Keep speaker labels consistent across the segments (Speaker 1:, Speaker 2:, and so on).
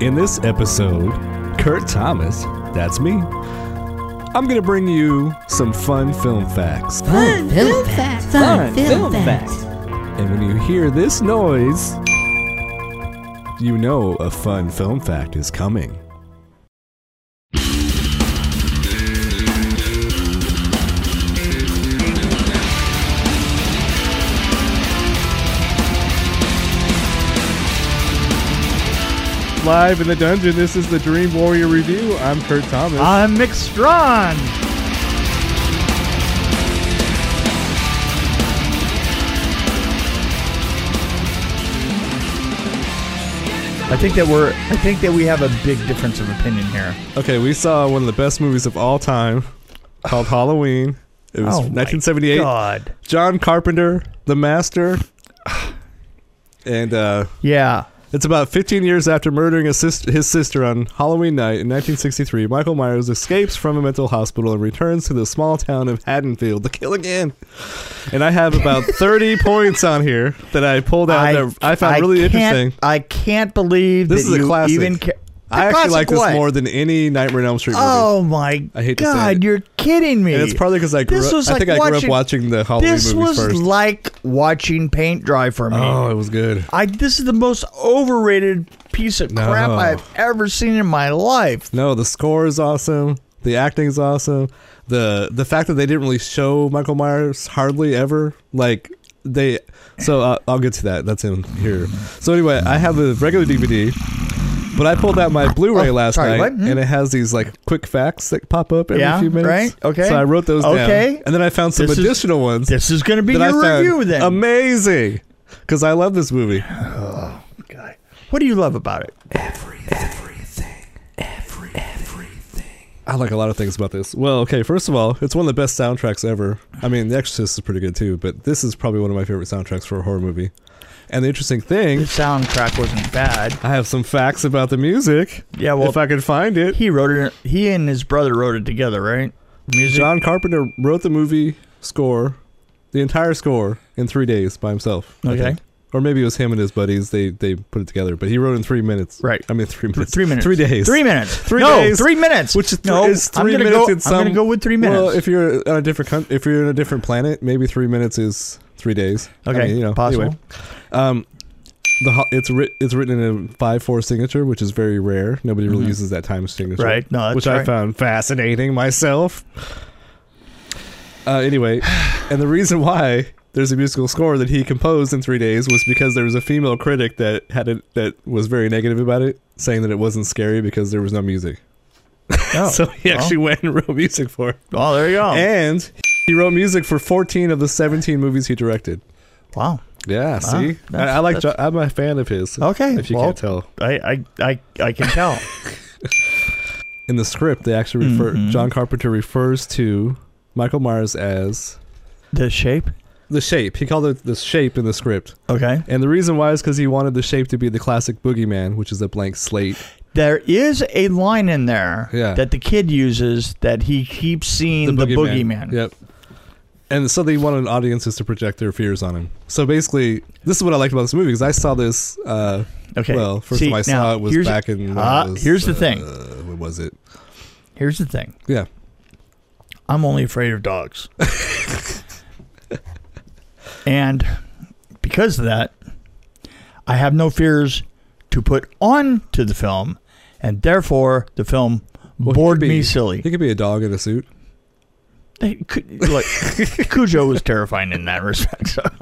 Speaker 1: In this episode, Kurt Thomas, that's me, I'm going to bring you some fun film facts.
Speaker 2: Fun film facts. Fun film facts.
Speaker 1: And when you hear this noise, you know a fun film fact is coming. Live in the dungeon, this is the Dream Warrior Review. I'm Kurt Thomas.
Speaker 3: I'm Mick Strawn. I think that we're. I think that we have a big difference of opinion here.
Speaker 1: Okay, we saw one of the best movies of all time called Halloween. It was
Speaker 3: Oh my
Speaker 1: 1978.
Speaker 3: God.
Speaker 1: John Carpenter, the master. And uh,
Speaker 3: Yeah.
Speaker 1: it's about 15 years after murdering his, sis- his sister on Halloween night in 1963. Michael Myers escapes from a mental hospital and returns to the small town of Haddonfield to kill again. And I have about 30 points on here that I pulled out that I found really
Speaker 3: can't-
Speaker 1: interesting.
Speaker 3: I can't believe
Speaker 1: This
Speaker 3: that
Speaker 1: is a
Speaker 3: you
Speaker 1: classic.
Speaker 3: even. Ca-
Speaker 1: I
Speaker 3: A
Speaker 1: actually
Speaker 3: classic
Speaker 1: like this
Speaker 3: what?
Speaker 1: more than any Nightmare on Elm Street movie.
Speaker 3: Oh my
Speaker 1: I hate to say
Speaker 3: God!
Speaker 1: it.
Speaker 3: You're kidding me.
Speaker 1: And it's probably because I grew
Speaker 3: This
Speaker 1: up.
Speaker 3: was
Speaker 1: I
Speaker 3: like
Speaker 1: think I grew up
Speaker 3: watching-
Speaker 1: watching the Halloween
Speaker 3: This
Speaker 1: movies
Speaker 3: was
Speaker 1: first.
Speaker 3: like watching paint dry for me.
Speaker 1: oh, it was good.
Speaker 3: I this is the most overrated piece of
Speaker 1: No.
Speaker 3: crap I've ever seen in my life.
Speaker 1: No, the score is awesome. The acting is awesome. the The fact that they didn't really show Michael Myers hardly ever, like they. So uh, I'll get to that. That's in here. So anyway, I have the regular DVD, but I pulled out my Blu-ray
Speaker 3: Oh,
Speaker 1: last
Speaker 3: sorry,
Speaker 1: night,
Speaker 3: what? Hmm?
Speaker 1: and it has these like quick facts that pop up every
Speaker 3: Yeah,
Speaker 1: few minutes.
Speaker 3: right, okay.
Speaker 1: So I wrote those
Speaker 3: Okay.
Speaker 1: down, and then I found some
Speaker 3: This is-
Speaker 1: additional ones.
Speaker 3: This is going to be
Speaker 1: that I
Speaker 3: your
Speaker 1: found
Speaker 3: review then.
Speaker 1: amazing because I love this movie.
Speaker 3: God. What do you love about it?
Speaker 1: I like a lot of things about this. Well, okay, first of all, it's one of the best soundtracks ever. I mean, The Exorcist is pretty good too, but this is probably one of my favorite soundtracks for a horror movie. And the interesting
Speaker 3: The
Speaker 1: thing,
Speaker 3: soundtrack wasn't bad.
Speaker 1: I have some facts about the music.
Speaker 3: Yeah, well-
Speaker 1: if I could find it.
Speaker 3: He wrote it. He and his brother wrote it together, right? Music.
Speaker 1: John Carpenter wrote the movie score, the entire score in 3 days by himself. I
Speaker 3: Okay.
Speaker 1: think. Or maybe it was him and his buddies. They they put it together, but he wrote in 3 minutes.
Speaker 3: Right.
Speaker 1: I mean 3
Speaker 3: Th-
Speaker 1: minutes.
Speaker 3: three minutes.
Speaker 1: 3 days.
Speaker 3: Three minutes.
Speaker 1: Three
Speaker 3: no,
Speaker 1: days.
Speaker 3: Three minutes.
Speaker 1: Which is, th-
Speaker 3: no,
Speaker 1: is
Speaker 3: I'm
Speaker 1: 3
Speaker 3: gonna
Speaker 1: minutes
Speaker 3: Go,
Speaker 1: in some
Speaker 3: I'm gonna go with three minutes.
Speaker 1: Well, if you're on a different coun- if you're in a different planet, maybe three minutes is three days. I
Speaker 3: okay,
Speaker 1: mean, you know,
Speaker 3: possible.
Speaker 1: anyway. um, the ho- it's writ- it's written in a five four signature, which is very rare. Nobody really
Speaker 3: Mhm.
Speaker 1: uses that time signature,
Speaker 3: Right. No, that's
Speaker 1: which I
Speaker 3: right.
Speaker 1: found fascinating myself. Uh, anyway, and the reason why there's a musical score that he composed in three days was because there was a female critic that had it that was very negative about it, saying that it wasn't scary because there was no music.
Speaker 3: Oh,
Speaker 1: so he
Speaker 3: well.
Speaker 1: actually went and wrote music for it.
Speaker 3: Oh, there you go.
Speaker 1: And he wrote music for 14 of the 17 movies he directed.
Speaker 3: wow.
Speaker 1: Yeah, see, I,
Speaker 3: that's-
Speaker 1: I like. Jo-
Speaker 3: that's-
Speaker 1: I'm a fan of his.
Speaker 3: Okay.
Speaker 1: if you
Speaker 3: well,
Speaker 1: can't tell,
Speaker 3: I, I, I, I can tell.
Speaker 1: in the script they actually refer.
Speaker 3: Mhm.
Speaker 1: John Carpenter refers to Michael Myers as
Speaker 3: the shape.
Speaker 1: the shape. He called it the shape in the script,
Speaker 3: Okay.
Speaker 1: and the reason why is because he wanted the shape to be the classic boogeyman, which is a blank slate.
Speaker 3: There is a line in there
Speaker 1: Yeah.
Speaker 3: that the kid uses that he keeps seeing the, boogeyman.
Speaker 1: Yep. And so they wanted audiences to project their fears on him. So basically, this is what I liked about this movie because I saw this. Uh,
Speaker 3: Okay.
Speaker 1: Well, first
Speaker 3: See,
Speaker 1: time I
Speaker 3: now,
Speaker 1: saw it was
Speaker 3: here's-
Speaker 1: back in. when I
Speaker 3: Ah,
Speaker 1: was,
Speaker 3: here's the thing.
Speaker 1: Uh, what was it?
Speaker 3: Here's the thing.
Speaker 1: Yeah.
Speaker 3: I'm only afraid of dogs. and because of that, I have no fears to put on to the film, and therefore the film
Speaker 1: Well, he
Speaker 3: bored
Speaker 1: could
Speaker 3: me
Speaker 1: be-
Speaker 3: silly.
Speaker 1: He could be a dog in a suit.
Speaker 3: They could- Look, Cujo was terrifying in that respect. So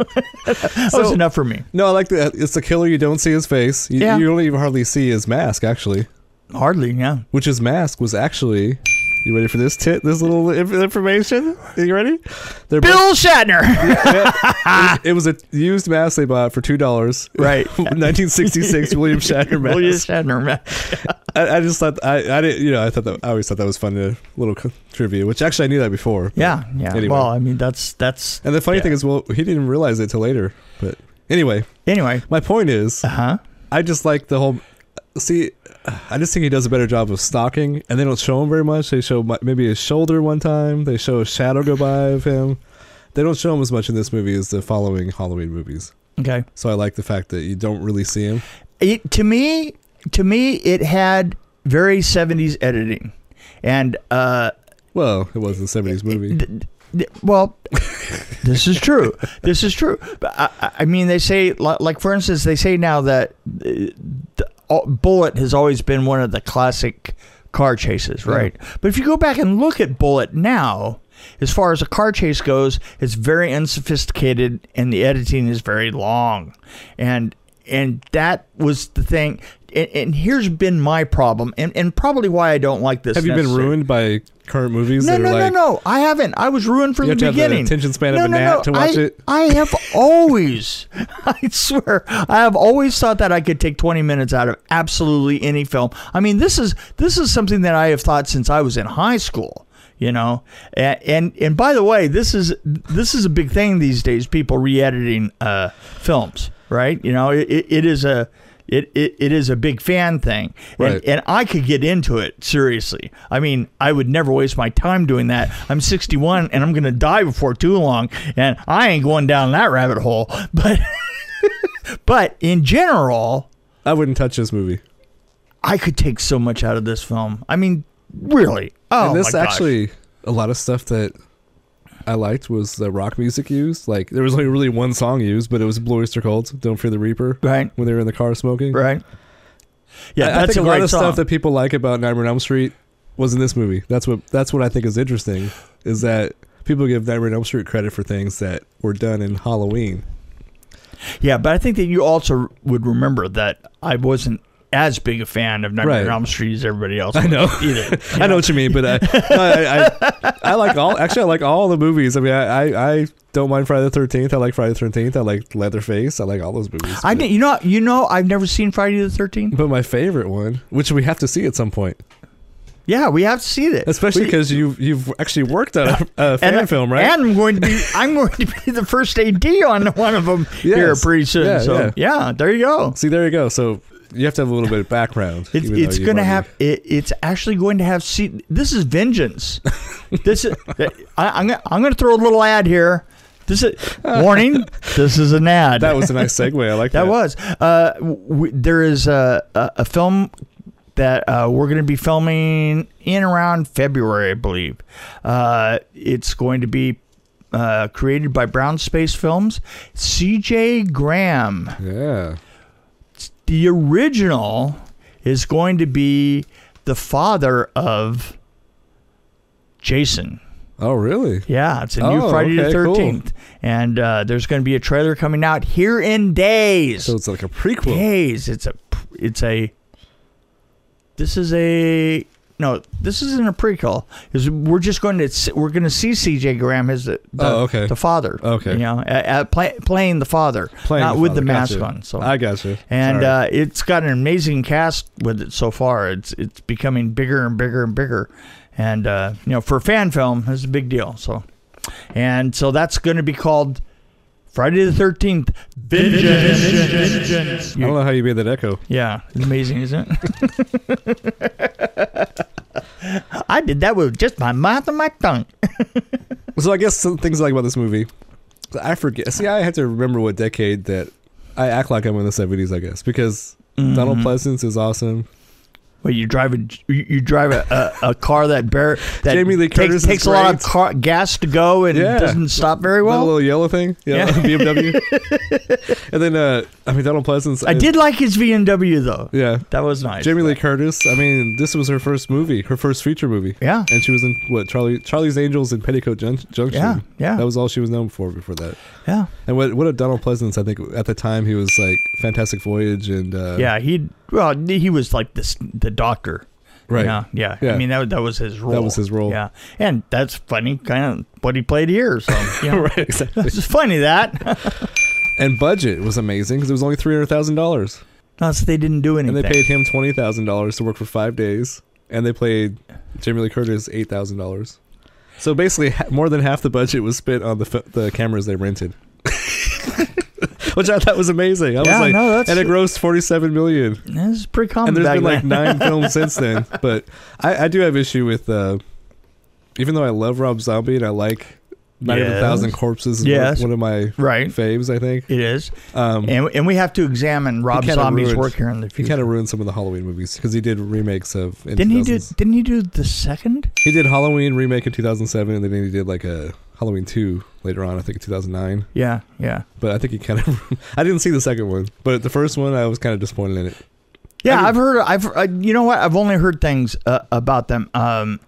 Speaker 3: that was
Speaker 1: So-
Speaker 3: enough for me.
Speaker 1: No, I like that. It's the killer. You don't see his face. You,
Speaker 3: Yeah.
Speaker 1: you don't even hardly see his mask, actually.
Speaker 3: Hardly, yeah.
Speaker 1: Which his mask was actually. You ready for this tit? This little inf- information? Are you ready? They're both-
Speaker 3: Bill Shatner.
Speaker 1: it, it was a used mask they bought for two dollars.
Speaker 3: Right.
Speaker 1: 1966 William Shatner mask.
Speaker 3: Bill Shatner. man.
Speaker 1: I, I just thought I, I didn't. You know, I thought that I always thought that was fun. A little co- trivia, which actually I knew that before. but-
Speaker 3: Yeah, yeah.
Speaker 1: Anyway.
Speaker 3: Well, I mean, that's that's
Speaker 1: And the funny
Speaker 3: Yeah.
Speaker 1: thing is, well, he didn't realize it till later, but Anyway,
Speaker 3: Anyway,
Speaker 1: my point is,
Speaker 3: uh huh.
Speaker 1: I just like the whole. See, I just think he does a better job of stalking, and they don't show him very much. They show mi- maybe his shoulder one time. They show a shadow go by of him. They don't show him as much in this movie as the following Halloween movies.
Speaker 3: Okay.
Speaker 1: So I like the fact that you don't really see him.
Speaker 3: It, to me, to me, it had very 70s editing, and uh,
Speaker 1: Well, it was a seventies movie.
Speaker 3: th- th- well, this is true. This is true. But I- I, I mean, they say, li- like for instance, they say now that uh, the uh, Bullet has always been one of the classic car chases,
Speaker 1: Yeah.
Speaker 3: right? But if you go back and look at Bullet now, as far as a car chase goes, it's very unsophisticated, and the editing is very long, and and that was the thing. And, and here's been my problem, and, and probably why I don't like this.
Speaker 1: Have you been
Speaker 3: necessarily.
Speaker 1: ruined by current movies
Speaker 3: No,
Speaker 1: that
Speaker 3: no,
Speaker 1: are like
Speaker 3: no, no. I haven't. I was ruined from
Speaker 1: you have to
Speaker 3: the
Speaker 1: have the
Speaker 3: beginning.
Speaker 1: attention span of
Speaker 3: no,
Speaker 1: a
Speaker 3: no,
Speaker 1: gnat
Speaker 3: no.
Speaker 1: to watch
Speaker 3: I,
Speaker 1: it?
Speaker 3: I have always, I swear, I have always thought that I could take 20 minutes out of absolutely any film. I mean, this is this is something that I have thought since I was in high school. You know, and, and and by the way, this is this is a big thing these days. People re-editing uh, films, right? You know, it, it, it is a it, it, it is a big fan thing, and,
Speaker 1: Right.
Speaker 3: and I could get into it seriously. I mean, I would never waste my time doing that. I'm 61 and I'm going to die before too long, and I ain't going down that rabbit hole. But but in general,
Speaker 1: I wouldn't touch this movie.
Speaker 3: I could take so much out of this film. I mean, really. Oh,
Speaker 1: and this
Speaker 3: my gosh.
Speaker 1: actually a lot of stuff that I liked was the rock music used. Like there was only really one song used, but it was Blue Oyster Cult, "Don't Fear the Reaper,"
Speaker 3: right,
Speaker 1: when they were in the car smoking.
Speaker 3: right. Yeah,
Speaker 1: I- I,
Speaker 3: that's
Speaker 1: think a,
Speaker 3: great
Speaker 1: lot of
Speaker 3: song.
Speaker 1: stuff that people like about Nightmare on Elm Street was in this movie. That's what that's what I think is interesting is that people give Nightmare on Elm Street credit for things that were done in Halloween.
Speaker 3: Yeah, but I think that you also would remember that I wasn't as big a fan of Nightmare
Speaker 1: Right.
Speaker 3: on Elm Street as everybody else.
Speaker 1: I know.
Speaker 3: was Either.
Speaker 1: I know what you mean, but I, no, I, I, I like all. Actually, I like all the movies. I mean, I, I, I don't mind Friday the Thirteenth. I like Friday the Thirteenth. I like Leatherface. I like all those movies.
Speaker 3: I
Speaker 1: but-
Speaker 3: didn't, you know you know I've never seen Friday the 13th.
Speaker 1: But my favorite one, which we have to see at some point,
Speaker 3: Yeah, we have to see that.
Speaker 1: especially because you you've actually worked on a, a fan film, right?
Speaker 3: And I'm going to be I'm going to be the first AD on one of them here
Speaker 1: Yes.
Speaker 3: pretty soon.
Speaker 1: Yeah,
Speaker 3: so yeah. there you go.
Speaker 1: see, there you go. So you have to have a little bit of background.
Speaker 3: It's
Speaker 1: even though
Speaker 3: it's
Speaker 1: you've
Speaker 3: going to
Speaker 1: already-
Speaker 3: have it, it's actually going to have see this is vengeance. this is I, I'm gonna, I'm going to throw a little ad here. This is warning. this is an ad.
Speaker 1: That was a nice segue. I like that.
Speaker 3: That was. Uh, w- there is a, a, a film that uh, we're going to be filming in around February, I believe. Uh, it's going to be uh, created by Brown Space Films. CJ Graham,
Speaker 1: Yeah.
Speaker 3: the original, is going to be the father of Jason.
Speaker 1: Oh, really?
Speaker 3: Yeah, it's a new
Speaker 1: Oh,
Speaker 3: Friday the
Speaker 1: okay, cool.
Speaker 3: 13th. And uh, there's going to be a trailer coming out here in days
Speaker 1: So it's like a prequel.
Speaker 3: days. It's a it's a this is a no. This isn't a prequel. Is we're just going to s- we're going to see C.J. Graham as the the,
Speaker 1: Oh, okay.
Speaker 3: the father.
Speaker 1: Okay.
Speaker 3: you know, at, at play, playing the father,
Speaker 1: Playing
Speaker 3: not with
Speaker 1: father.
Speaker 3: the mask
Speaker 1: Gotcha.
Speaker 3: on. So
Speaker 1: I gotcha.
Speaker 3: and
Speaker 1: Sorry.
Speaker 3: uh, it's got an amazing cast with it so far. It's it's becoming bigger and bigger and bigger, and uh, you know for a fan film, it's a big deal. So, and so that's going to be called Friday the Thirteenth Vengeance.
Speaker 1: I don't know how you made that echo.
Speaker 3: Yeah, it's amazing, isn't it? I did that with just my mouth and my tongue.
Speaker 1: So I guess some things I like about this movie. I forget. See, I have to remember what decade that I act like I'm in the 70s. I guess because Donald
Speaker 3: Mhm.
Speaker 1: Pleasance is awesome.
Speaker 3: Well, you drive a you you drive a, a, a car that bear that
Speaker 1: Jamie Lee
Speaker 3: takes,
Speaker 1: Curtis is
Speaker 3: takes a lot of
Speaker 1: great.
Speaker 3: car, gas to go and
Speaker 1: Yeah.
Speaker 3: doesn't stop very
Speaker 1: that
Speaker 3: well.
Speaker 1: little yellow thing, yeah,
Speaker 3: Yeah.
Speaker 1: BMW. and then, uh, I mean, Donald Pleasance.
Speaker 3: I did like his BMW though.
Speaker 1: yeah.
Speaker 3: That was nice.
Speaker 1: Jamie Lee Curtis. I mean, this was her first movie, her first feature movie,
Speaker 3: Yeah.
Speaker 1: and she was in what Charlie Charlie's Angels and Petticoat Jun- Junction.
Speaker 3: Yeah. Yeah.
Speaker 1: that was all she was known for before that.
Speaker 3: yeah.
Speaker 1: And what what a Donald Pleasance. I think at the time he was like Fantastic Voyage and uh,
Speaker 3: Yeah, he well he was like this the doctor.
Speaker 1: right.
Speaker 3: Yeah, yeah. I
Speaker 1: Yeah.
Speaker 3: mean that that was his role.
Speaker 1: was his role.
Speaker 3: Yeah. And that's funny kind of what he played here so, you know.
Speaker 1: right, exactly.
Speaker 3: It's just funny that.
Speaker 1: And budget was amazing because it was only three hundred thousand dollars,
Speaker 3: Not that they didn't do
Speaker 1: and
Speaker 3: anything.
Speaker 1: they paid him twenty thousand dollars to work for five days, and they played Jamie Lee Curtis eight thousand dollars. So basically, ha- more than half the budget was spent on the f- the cameras they rented. which I thought was amazing. I
Speaker 3: Yeah,
Speaker 1: was like,
Speaker 3: no, that's-
Speaker 1: and it grossed 47 million.
Speaker 3: This is pretty common
Speaker 1: And there's
Speaker 3: back
Speaker 1: been like
Speaker 3: then.
Speaker 1: nine films since then. But I, I do have issue with, uh, even though I love Rob Zombie and I like Night of a
Speaker 3: Yes.
Speaker 1: Thousand Corpses, is
Speaker 3: Yes.
Speaker 1: one of my
Speaker 3: right.
Speaker 1: faves, I think.
Speaker 3: It is,
Speaker 1: Um,
Speaker 3: and and we have to examine Rob
Speaker 1: kinda
Speaker 3: Zombie's
Speaker 1: ruined-
Speaker 3: work here in the
Speaker 1: he
Speaker 3: future.
Speaker 1: kind of ruined some of the Halloween movies because he did remakes of. in
Speaker 3: didn't he do?
Speaker 1: 2000s.
Speaker 3: Didn't he do the second?
Speaker 1: He did Halloween remake in 2007, and then he did like a Halloween two later on, I think in 2009.
Speaker 3: Yeah, yeah,
Speaker 1: But I think he kind of. I didn't see the second one, but the first one I was kind of disappointed in it.
Speaker 3: yeah.
Speaker 1: I mean-
Speaker 3: I've heard. I've uh, you know what? I've only heard things uh, about them. Um,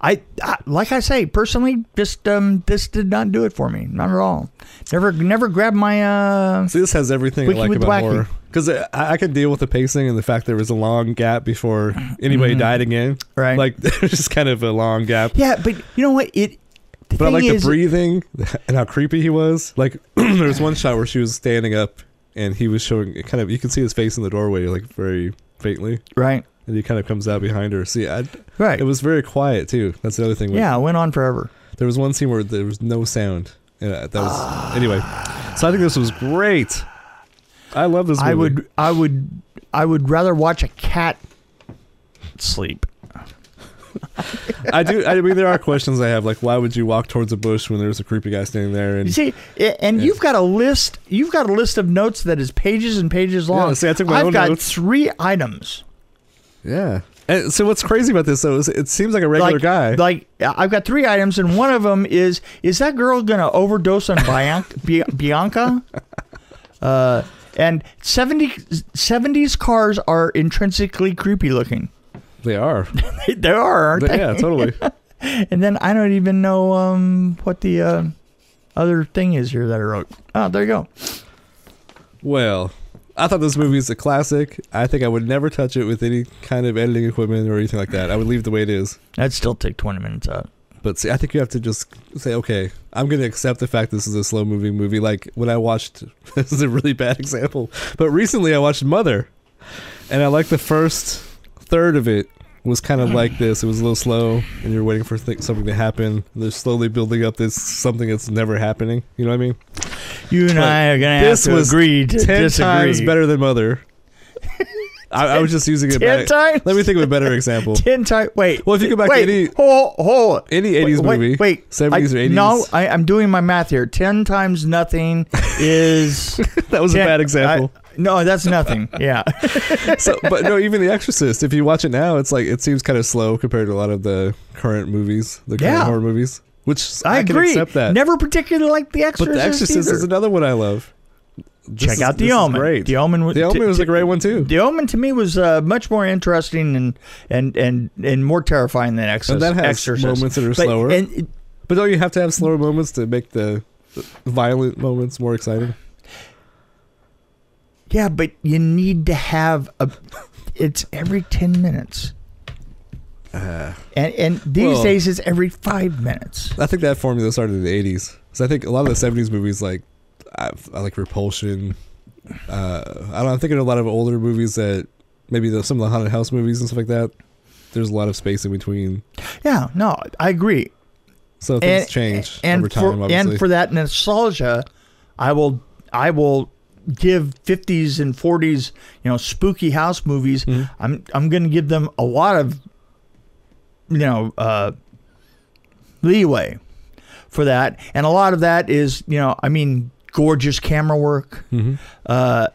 Speaker 3: I, I like I say personally, just um, this did not do it for me. Not at all. Never, never grabbed my. Uh,
Speaker 1: See, this has everything
Speaker 3: Wiki
Speaker 1: I like
Speaker 3: with
Speaker 1: about
Speaker 3: wacky.
Speaker 1: horror because I, I could deal with the pacing and the fact there was a long gap before anybody
Speaker 3: Mhm.
Speaker 1: died again.
Speaker 3: right.
Speaker 1: Like there's just kind of a long gap.
Speaker 3: yeah, but you know what? It. The
Speaker 1: But I
Speaker 3: thing
Speaker 1: like
Speaker 3: is,
Speaker 1: the breathing and how creepy he was. Like there was one shot where she was standing up and he was showing kind of you can see his face in the doorway like very faintly
Speaker 3: Right.
Speaker 1: and he kind of comes out behind her. See, I,
Speaker 3: Right.
Speaker 1: it was very quiet too. That's the other thing. with-
Speaker 3: yeah, it went on forever.
Speaker 1: There was one scene where there was no sound. And uh, that was anyway. So I think this was great. I love this movie.
Speaker 3: I would I would I would rather watch a cat sleep.
Speaker 1: I do. I mean, there are questions I have, like why would you walk towards a bush when there's a creepy guy standing there?
Speaker 3: You
Speaker 1: And
Speaker 3: see, a- and
Speaker 1: Yeah.
Speaker 3: you've got a list. You've got a list of notes that is pages and pages long.
Speaker 1: Yeah, see, I took my
Speaker 3: have
Speaker 1: own
Speaker 3: got
Speaker 1: notes.
Speaker 3: three items.
Speaker 1: yeah. And so what's crazy about this though is it seems like a regular
Speaker 3: like,
Speaker 1: guy.
Speaker 3: Like I've got three items, and one of them is is that girl gonna overdose on Bianca? Bianca? Uh, and 70, 70s cars are intrinsically creepy looking.
Speaker 1: they are.
Speaker 3: they are, aren't
Speaker 1: yeah, totally.
Speaker 3: And then I don't even know um, what the uh, other thing is here that I wrote. Oh, there you go.
Speaker 1: Well, I thought this movie is a classic. I think I would never touch it with any kind of editing equipment or anything like that. I would leave it the way it is.
Speaker 3: That'd still take 20 minutes out.
Speaker 1: But see, I think you have to just say, okay, I'm going to accept the fact this is a slow moving movie. Like when I watched, this is a really bad example, but recently I watched Mother, and I like the first third of it was kind of like this. It was a little slow, and you're waiting for th- something to happen. They're slowly building up this something that's never happening. You know what I mean?
Speaker 3: You and
Speaker 1: But
Speaker 3: I are gonna have
Speaker 1: this
Speaker 3: to
Speaker 1: was
Speaker 3: agree to
Speaker 1: Ten
Speaker 3: disagree.
Speaker 1: times better than Mother. I, I was just using it.
Speaker 3: Ten
Speaker 1: Back.
Speaker 3: times.
Speaker 1: Let me think of a better example.
Speaker 3: Ten times. Wait.
Speaker 1: Well, if you go back to
Speaker 3: wait,
Speaker 1: any-
Speaker 3: hold, hold.
Speaker 1: Any
Speaker 3: Wait,
Speaker 1: 80s
Speaker 3: wait,
Speaker 1: movie,
Speaker 3: Wait.
Speaker 1: 70s
Speaker 3: I-
Speaker 1: or 80s.
Speaker 3: No, I, I'm doing my math here. Ten times nothing is.
Speaker 1: that was a
Speaker 3: ten-
Speaker 1: bad example.
Speaker 3: I- no, that's nothing. Yeah.
Speaker 1: so, but no, even The Exorcist. If you watch it now, it's like it seems kind of slow compared to a lot of the current movies, the current
Speaker 3: Yeah.
Speaker 1: horror movies. Which I,
Speaker 3: I,
Speaker 1: can
Speaker 3: agree.
Speaker 1: accept that.
Speaker 3: Never particularly liked The Exorcist.
Speaker 1: but The Exorcist
Speaker 3: either.
Speaker 1: is another one I love. This
Speaker 3: Check
Speaker 1: is-
Speaker 3: out
Speaker 1: this
Speaker 3: The
Speaker 1: is
Speaker 3: Omen.
Speaker 1: Great.
Speaker 3: The Omen. wa-
Speaker 1: The Omen
Speaker 3: t-
Speaker 1: was
Speaker 3: t-
Speaker 1: a great one too.
Speaker 3: The Omen to me was uh, much more interesting and and and and more terrifying than Exorcist.
Speaker 1: And that has
Speaker 3: Exorcist.
Speaker 1: moments that are
Speaker 3: But-
Speaker 1: slower.
Speaker 3: and it-
Speaker 1: but don't you have to have slower moments to make the violent moments more exciting?
Speaker 3: yeah, but you need to have a. It's every ten minutes, and and these
Speaker 1: Well-
Speaker 3: days it's every five minutes.
Speaker 1: I think that formula started in the eighties. So I think a lot of the seventies movies, like I, I like Repulsion. Uh, I don't. I'm thinking of a lot of older movies that maybe the, some of the haunted house movies and stuff like that. There's a lot of space in between,
Speaker 3: Yeah, no, I agree.
Speaker 1: so things change
Speaker 3: and
Speaker 1: over time.
Speaker 3: for,
Speaker 1: obviously,
Speaker 3: And for that nostalgia, I will I will give 50s and 40s, you know, spooky house movies.
Speaker 1: Mhm.
Speaker 3: I'm I'm going to give them a lot of you know, uh leeway for that. And a lot of that is, you know, I mean, gorgeous camera work,
Speaker 1: Mhm.
Speaker 3: uh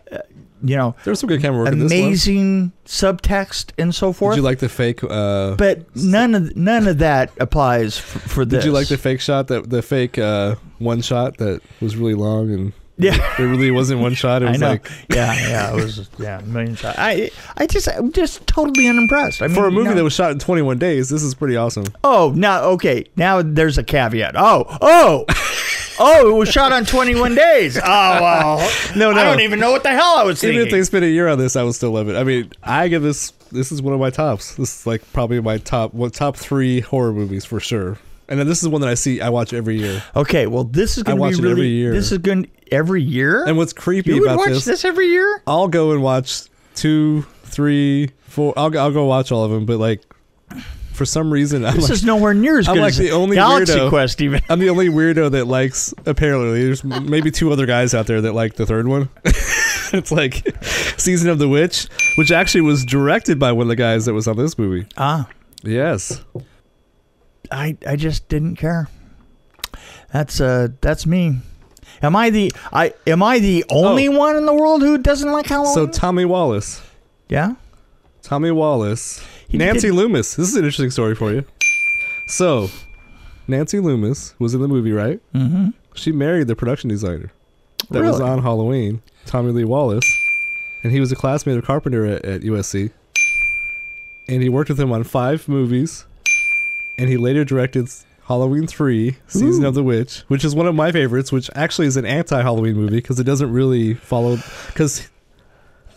Speaker 3: you know,
Speaker 1: there's some good camera work in this
Speaker 3: amazing subtext and so
Speaker 1: one.
Speaker 3: forth.
Speaker 1: Did you like the fake? Uh,
Speaker 3: but none of none of that applies for, for
Speaker 1: did
Speaker 3: this.
Speaker 1: you like the fake shot that the fake uh, one shot that was really long and
Speaker 3: Yeah.
Speaker 1: it really wasn't one shot. It
Speaker 3: I
Speaker 1: was
Speaker 3: know.
Speaker 1: like
Speaker 3: yeah, yeah, it was yeah, a million shots. I I just I'm just totally unimpressed. I mean,
Speaker 1: for a movie
Speaker 3: no.
Speaker 1: that was shot in 21 days. This is pretty awesome.
Speaker 3: oh now okay now there's a caveat. Oh oh oh it was shot on 21 days. Oh well,
Speaker 1: No,
Speaker 3: I
Speaker 1: no.
Speaker 3: don't even know what the hell I was
Speaker 1: Even
Speaker 3: thinking.
Speaker 1: if they spent a year on this, I would still love it. I mean, I give this. This is one of my tops. This is like probably my top one, top three horror movies for sure. And then this is one that I see. I watch every year.
Speaker 3: okay, well this is
Speaker 1: I
Speaker 3: going to
Speaker 1: watch
Speaker 3: be
Speaker 1: it
Speaker 3: really
Speaker 1: every year.
Speaker 3: this is going every year.
Speaker 1: And what's creepy
Speaker 3: you would
Speaker 1: about
Speaker 3: watch
Speaker 1: this,
Speaker 3: this, every year?
Speaker 1: I'll go and watch two, three, four. I'll go- I'll go watch all of them. But like, for some reason, I'm
Speaker 3: This
Speaker 1: like,
Speaker 3: is nowhere near as
Speaker 1: I'm
Speaker 3: good
Speaker 1: like
Speaker 3: as
Speaker 1: the only
Speaker 3: Galaxy
Speaker 1: weirdo.
Speaker 3: Quest even.
Speaker 1: I'm the only weirdo that likes apparently. There's m- maybe two other guys out there that like the third one. it's like Season of the Witch, which actually was directed by one of the guys that was on this movie.
Speaker 3: Ah,
Speaker 1: Yes.
Speaker 3: I I just didn't care. That's uh that's me. Am I the I am I the only one in the world who doesn't like Halloween?
Speaker 1: Oh. So Tommy Wallace.
Speaker 3: yeah.
Speaker 1: Tommy Wallace.
Speaker 3: He
Speaker 1: Nancy
Speaker 3: did-
Speaker 1: Loomis. This is an interesting story for you. So, Nancy Loomis was in the movie, right?
Speaker 3: Mm-hmm.
Speaker 1: She married the production designer that was
Speaker 3: Really?
Speaker 1: on Halloween, Tommy Lee Wallace, and he was a classmate of Carpenter at, at USC. And he worked with him on five movies, and he later directed Halloween Three: Season of the Witch, which is one of my favorites, which actually is an anti-Halloween movie because it doesn't really follow because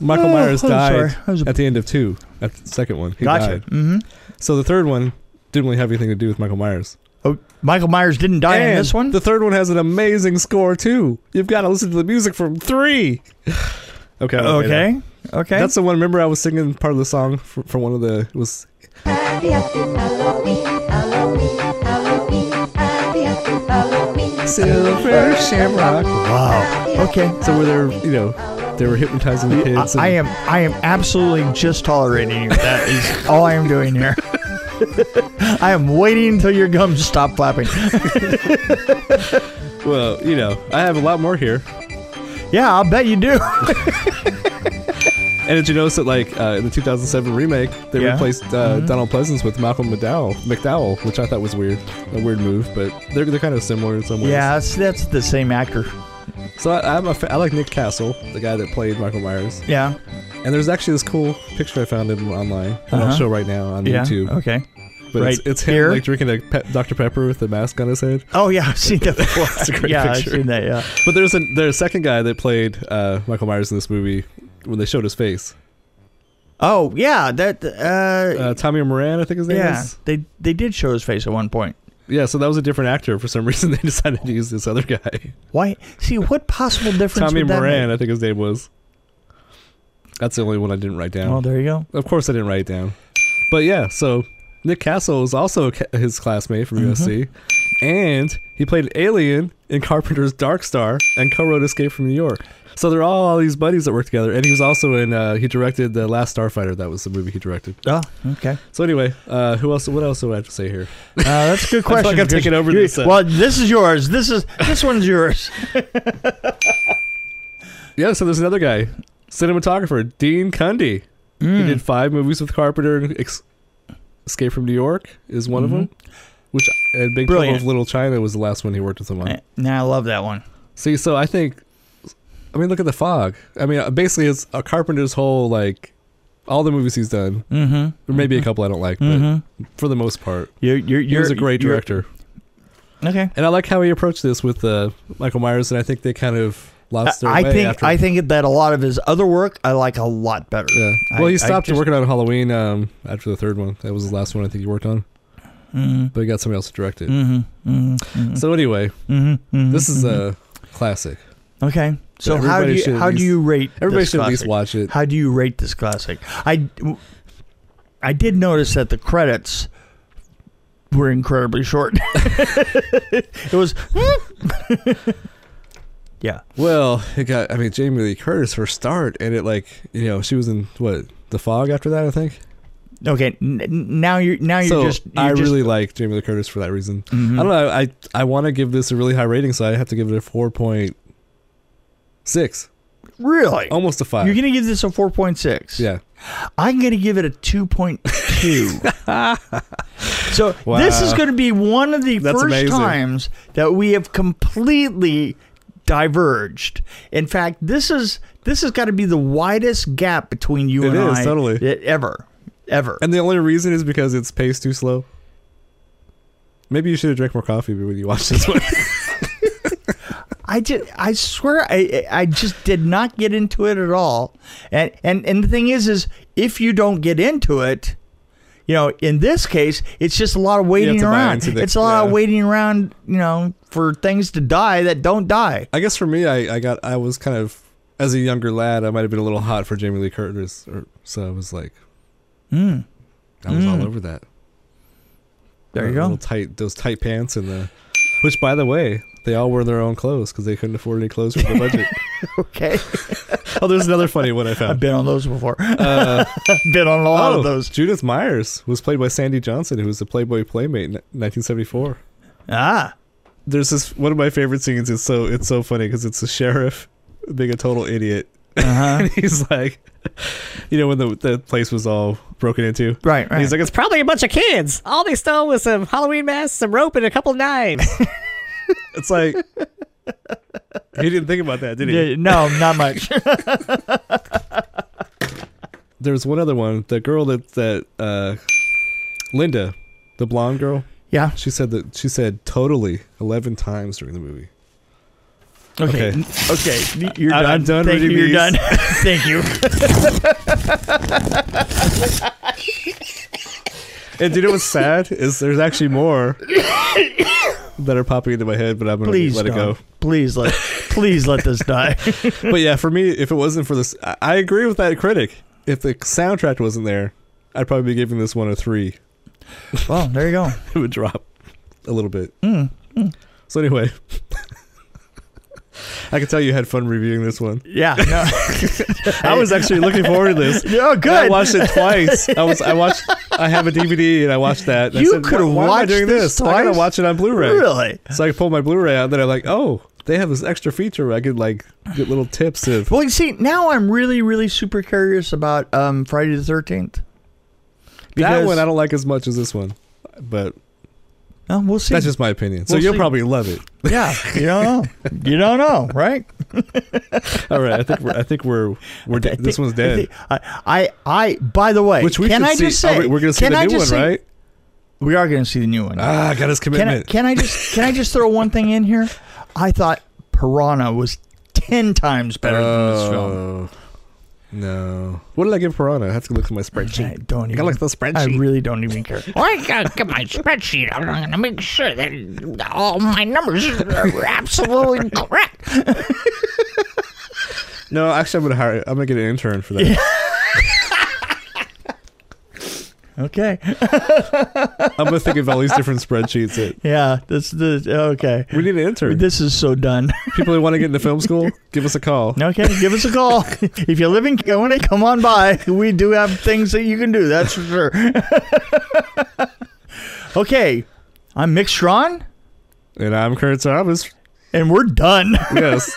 Speaker 1: Michael
Speaker 3: Oh,
Speaker 1: Myers
Speaker 3: I'm
Speaker 1: died
Speaker 3: sorry. I was a-
Speaker 1: at the end of two, at the second one. He
Speaker 3: Gotcha.
Speaker 1: died.
Speaker 3: Mm-hmm.
Speaker 1: So the third one didn't really have anything to do with Michael Myers.
Speaker 3: Oh, Michael Myers didn't die in
Speaker 1: And
Speaker 3: this one.
Speaker 1: The third one has an amazing score too. You've got to listen to the music from three. okay. I'll let you know.
Speaker 3: Oh, okay. Okay.
Speaker 1: Oh, That's the one. Remember, I was singing part of the song for, for one of the. It was
Speaker 2: Happy, happy Halloween, Halloween, Halloween. Happy, happy Halloween.
Speaker 1: Silver Shamrock.
Speaker 3: wow. Oh, Okay.
Speaker 1: So where they're you know they were hypnotizing the kids.
Speaker 3: I, I
Speaker 1: and-
Speaker 3: am I am absolutely just tolerating you. That is all I am doing here. I am waiting until your gums stop flapping.
Speaker 1: Well, you know, I have a lot more here.
Speaker 3: Yeah, I'll bet you do.
Speaker 1: And did you notice that like uh, in the 2007 remake they
Speaker 3: Yeah. Mm-hmm.
Speaker 1: replaced uh, Donald Pleasance with Malcolm McDowell, McDowell, which I thought was weird, a weird move, but they're they're kind of similar in some ways.
Speaker 3: Yeah, that's, that's the same actor.
Speaker 1: So I, I'm a fa- I like Nick Castle, the guy that played Michael Myers.
Speaker 3: Yeah.
Speaker 1: And there's actually this cool picture I found him online that I'll
Speaker 3: Uh-huh.
Speaker 1: show right now on
Speaker 3: Yeah.
Speaker 1: YouTube.
Speaker 3: Okay.
Speaker 1: But it's,
Speaker 3: right
Speaker 1: it's him
Speaker 3: here.
Speaker 1: like drinking a pe- Dr Pepper with the mask on his head.
Speaker 3: Oh yeah, I've seen that before.
Speaker 1: That's a great
Speaker 3: yeah,
Speaker 1: picture.
Speaker 3: I've seen that. Yeah.
Speaker 1: But there's a there's a second guy that played uh, Michael Myers in this movie when they showed his face.
Speaker 3: Oh yeah, that. Uh,
Speaker 1: Uh, Tommy Moran, I think his name
Speaker 3: yeah,
Speaker 1: is.
Speaker 3: they they did show his face at one point.
Speaker 1: Yeah. So that was a different actor for some reason. They decided to use this other guy,
Speaker 3: Why? See what possible difference?
Speaker 1: Tommy
Speaker 3: would that
Speaker 1: Moran. I think his name was. That's the only one I didn't write
Speaker 3: Make?
Speaker 1: down.
Speaker 3: Well, there you go.
Speaker 1: Of course, I didn't write it down. But yeah, so Nick Castle is also a ca- his classmate from USC,
Speaker 3: Mm-hmm.
Speaker 1: and he played Alien in Carpenter's Dark Star and co-wrote Escape from New York. So they're all, all these buddies that work together, and he was also in. Uh, he directed the Last Starfighter. That was the movie he directed.
Speaker 3: Oh, okay.
Speaker 1: So anyway, uh, who else? What else do I have to say here?
Speaker 3: Uh, that's a good
Speaker 1: I feel
Speaker 3: question.
Speaker 1: like I'm
Speaker 3: because
Speaker 1: taking over
Speaker 3: you-
Speaker 1: this, uh,
Speaker 3: Well, this is yours. This is this one's yours.
Speaker 1: Yeah, so there's another guy, cinematographer Dean Cundy.
Speaker 3: Hmm.
Speaker 1: He
Speaker 3: Mm.
Speaker 1: did five movies with Carpenter. Ex- Escape from New York is one of
Speaker 3: Mhm.
Speaker 1: them, which and Big Trouble
Speaker 3: Brilliant.
Speaker 1: of Little China was the last one he worked with him on.
Speaker 3: Eh, Nah, I love that one.
Speaker 1: See, so I think, I mean, look at the fog. I mean, basically, it's a Carpenter's whole like, all the movies he's done.
Speaker 3: Mm-hmm.
Speaker 1: There may be a couple I don't like,
Speaker 3: Mm-hmm.
Speaker 1: but for the most part,
Speaker 3: You're you're
Speaker 1: he
Speaker 3: you're
Speaker 1: was a great
Speaker 3: you're-
Speaker 1: director.
Speaker 3: Okay.
Speaker 1: And I like how he approached this with uh, Michael Myers, and I think they kind of lost their
Speaker 3: I
Speaker 1: way
Speaker 3: think
Speaker 1: after.
Speaker 3: I think that a lot of his other work I like a lot better.
Speaker 1: yeah. Well,
Speaker 3: I- I
Speaker 1: he stopped
Speaker 3: just-
Speaker 1: working on Halloween um, after the third one. That was his last one I think he worked on,
Speaker 3: Mm-hmm.
Speaker 1: but he got somebody else to direct it.
Speaker 3: Mm-hmm. Mm-hmm.
Speaker 1: So anyway,
Speaker 3: mm-hmm.
Speaker 1: this is a classic.
Speaker 3: okay. So
Speaker 1: everybody
Speaker 3: how do
Speaker 1: should
Speaker 3: you
Speaker 1: at
Speaker 3: how
Speaker 1: least-
Speaker 3: do you rate
Speaker 1: Everybody
Speaker 3: this
Speaker 1: should at least
Speaker 3: classic?
Speaker 1: watch it.
Speaker 3: How do you rate this classic? I I did notice that the credits were incredibly short. it was yeah.
Speaker 1: Well, it got. I mean, Jamie Lee Curtis for start, and it like you know she was in what the fog after that. I think.
Speaker 3: Okay. N- n- now you're now you're
Speaker 1: so
Speaker 3: just you're
Speaker 1: I
Speaker 3: just,
Speaker 1: really like Jamie Lee Curtis for that reason.
Speaker 3: Mhm.
Speaker 1: I don't know. I I want to give this a really high rating, so I have to give it a four point six,
Speaker 3: really.
Speaker 1: almost a five.
Speaker 3: You're gonna give this a four point six.
Speaker 1: Oh yeah.
Speaker 3: I'm gonna give it a two point two. so
Speaker 1: Wow.
Speaker 3: this is gonna be one of the
Speaker 1: That's
Speaker 3: first
Speaker 1: amazing.
Speaker 3: times that we have completely diverged. In fact, this is this has got to be the widest gap between you
Speaker 1: It
Speaker 3: and
Speaker 1: is,
Speaker 3: I
Speaker 1: totally.
Speaker 3: e- ever, ever.
Speaker 1: And the only reason is because it's paced too slow. Maybe you should have drank more coffee when you watched this one.
Speaker 3: I just, I swear, I, I just did not get into it at all. And, and, and the thing is, is if you don't get into it, you know, in this case, it's just a lot of waiting
Speaker 1: to buy
Speaker 3: around.
Speaker 1: into the-
Speaker 3: it's a lot
Speaker 1: yeah.
Speaker 3: of waiting around, you know, for things to die that don't die.
Speaker 1: I guess for me, I, I got I was kind of as a younger lad, I might have been a little hot
Speaker 3: Hmm.
Speaker 1: Mm. for Jamie Lee Curtis, or, so I was like, I was all over that.
Speaker 3: There
Speaker 1: The
Speaker 3: you go.
Speaker 1: little Tight those tight pants and the, which by the way, they all wore their own clothes because they couldn't afford any clothes with the budget.
Speaker 3: Okay.
Speaker 1: oh, there's another funny one I
Speaker 3: I've
Speaker 1: found.
Speaker 3: been on those before. been on a lot
Speaker 1: oh,
Speaker 3: of those.
Speaker 1: Uh, Judith Myers was played by Sandy Johnson, who was the Playboy Playmate in 1974.
Speaker 3: Ah.
Speaker 1: There's this one of my favorite scenes. It's so it's so funny because it's the sheriff being a total idiot.
Speaker 3: Uh-huh.
Speaker 1: And he's like, you know, when the the place was all broken into.
Speaker 3: right,
Speaker 1: And
Speaker 3: right.
Speaker 1: He's like, it's
Speaker 4: Probably a bunch of kids. All they stole was some Halloween masks, some rope, and a couple knives.
Speaker 1: It's like he didn't think about that, did he?
Speaker 3: Yeah, no, not much.
Speaker 1: There's one other one. The girl that that uh, Linda, the blonde girl,
Speaker 3: yeah.
Speaker 1: she said that she said totally eleven times during the movie.
Speaker 3: Okay.
Speaker 1: Okay.
Speaker 3: Okay. You're
Speaker 1: I-
Speaker 3: done.
Speaker 1: I'm done
Speaker 3: Thank you.
Speaker 1: reading
Speaker 3: You're
Speaker 1: these.
Speaker 3: done. Thank you.
Speaker 1: And do you know what's sad is there's actually more that are popping into my head, but I'm gonna
Speaker 3: Please
Speaker 1: let it
Speaker 3: don't.
Speaker 1: go.
Speaker 3: Please let. Please let this die.
Speaker 1: But yeah, for me, if it wasn't for this, I, I agree with that critic. If the soundtrack wasn't there, I'd probably be giving this one a three.
Speaker 3: well, there you go.
Speaker 1: It would drop a little bit. hmm. So anyway, I can tell you had fun reviewing this one.
Speaker 3: Yeah. No.
Speaker 1: I was actually looking forward to this. And
Speaker 3: oh,
Speaker 1: I
Speaker 3: good.
Speaker 1: watched it twice. I was I watched I have a DVD and I watched that. And I
Speaker 3: You
Speaker 1: said,
Speaker 3: could've
Speaker 1: "Why- why am I
Speaker 3: watched
Speaker 1: doing
Speaker 3: this
Speaker 1: I gotta
Speaker 3: twice?
Speaker 1: watch it on Blu-ray.
Speaker 3: Really?
Speaker 1: So I pulled my Blu-ray out, and then I'm like, oh, they have this extra feature where I could like get little tips of.
Speaker 3: Well, you see, now I'm really, really super curious about um, Friday the Thirteenth.
Speaker 1: That one I don't like as much as this one, but
Speaker 3: Oh, we'll see.
Speaker 1: that's just my opinion. So
Speaker 3: We'll
Speaker 1: you'll
Speaker 3: see.
Speaker 1: probably love it.
Speaker 3: yeah. You don't know. You don't know, right?
Speaker 1: All right, I think we're I think we're we're de-
Speaker 3: I
Speaker 1: this
Speaker 3: think-
Speaker 1: one's
Speaker 3: I,
Speaker 1: dead.
Speaker 3: think- I, I, I- By the way,
Speaker 1: Which we
Speaker 3: can
Speaker 1: can
Speaker 3: I
Speaker 1: see.
Speaker 3: just
Speaker 1: are
Speaker 3: say
Speaker 1: we, are gonna see
Speaker 3: can
Speaker 1: the
Speaker 3: I
Speaker 1: new
Speaker 3: just
Speaker 1: one,
Speaker 3: say-
Speaker 1: right?
Speaker 3: We are going to see the new one.
Speaker 1: Ah, got his
Speaker 3: can I,
Speaker 1: commitment.
Speaker 3: can I just can I just throw one thing in here? I thought Piranha was ten times better than this film.
Speaker 1: Oh, No. What did I give Piranha? I have to look at my
Speaker 3: I
Speaker 1: spreadsheet.
Speaker 3: don't
Speaker 1: I gotta
Speaker 3: even.
Speaker 1: look at the
Speaker 3: I
Speaker 1: spreadsheet.
Speaker 3: really don't even care.
Speaker 5: Well, I gotta get my spreadsheet out. I'm gonna make sure that all my numbers are absolutely correct.
Speaker 1: no, actually, I'm gonna hire. I'm gonna get an intern for that.
Speaker 3: Okay.
Speaker 1: I'm gonna think of all these different spreadsheets. That
Speaker 3: Yeah. This. This. Okay.
Speaker 1: we need an intern.
Speaker 3: This is so done.
Speaker 1: People who want to get into film school, give us a call.
Speaker 3: Okay, give us a call. if you live in Kewanee, come on by. We do have things that you can do, that's for sure. okay, I'm Mick Strawn,
Speaker 1: And I'm Kurt Thomas.
Speaker 3: and we're done.
Speaker 1: Yes.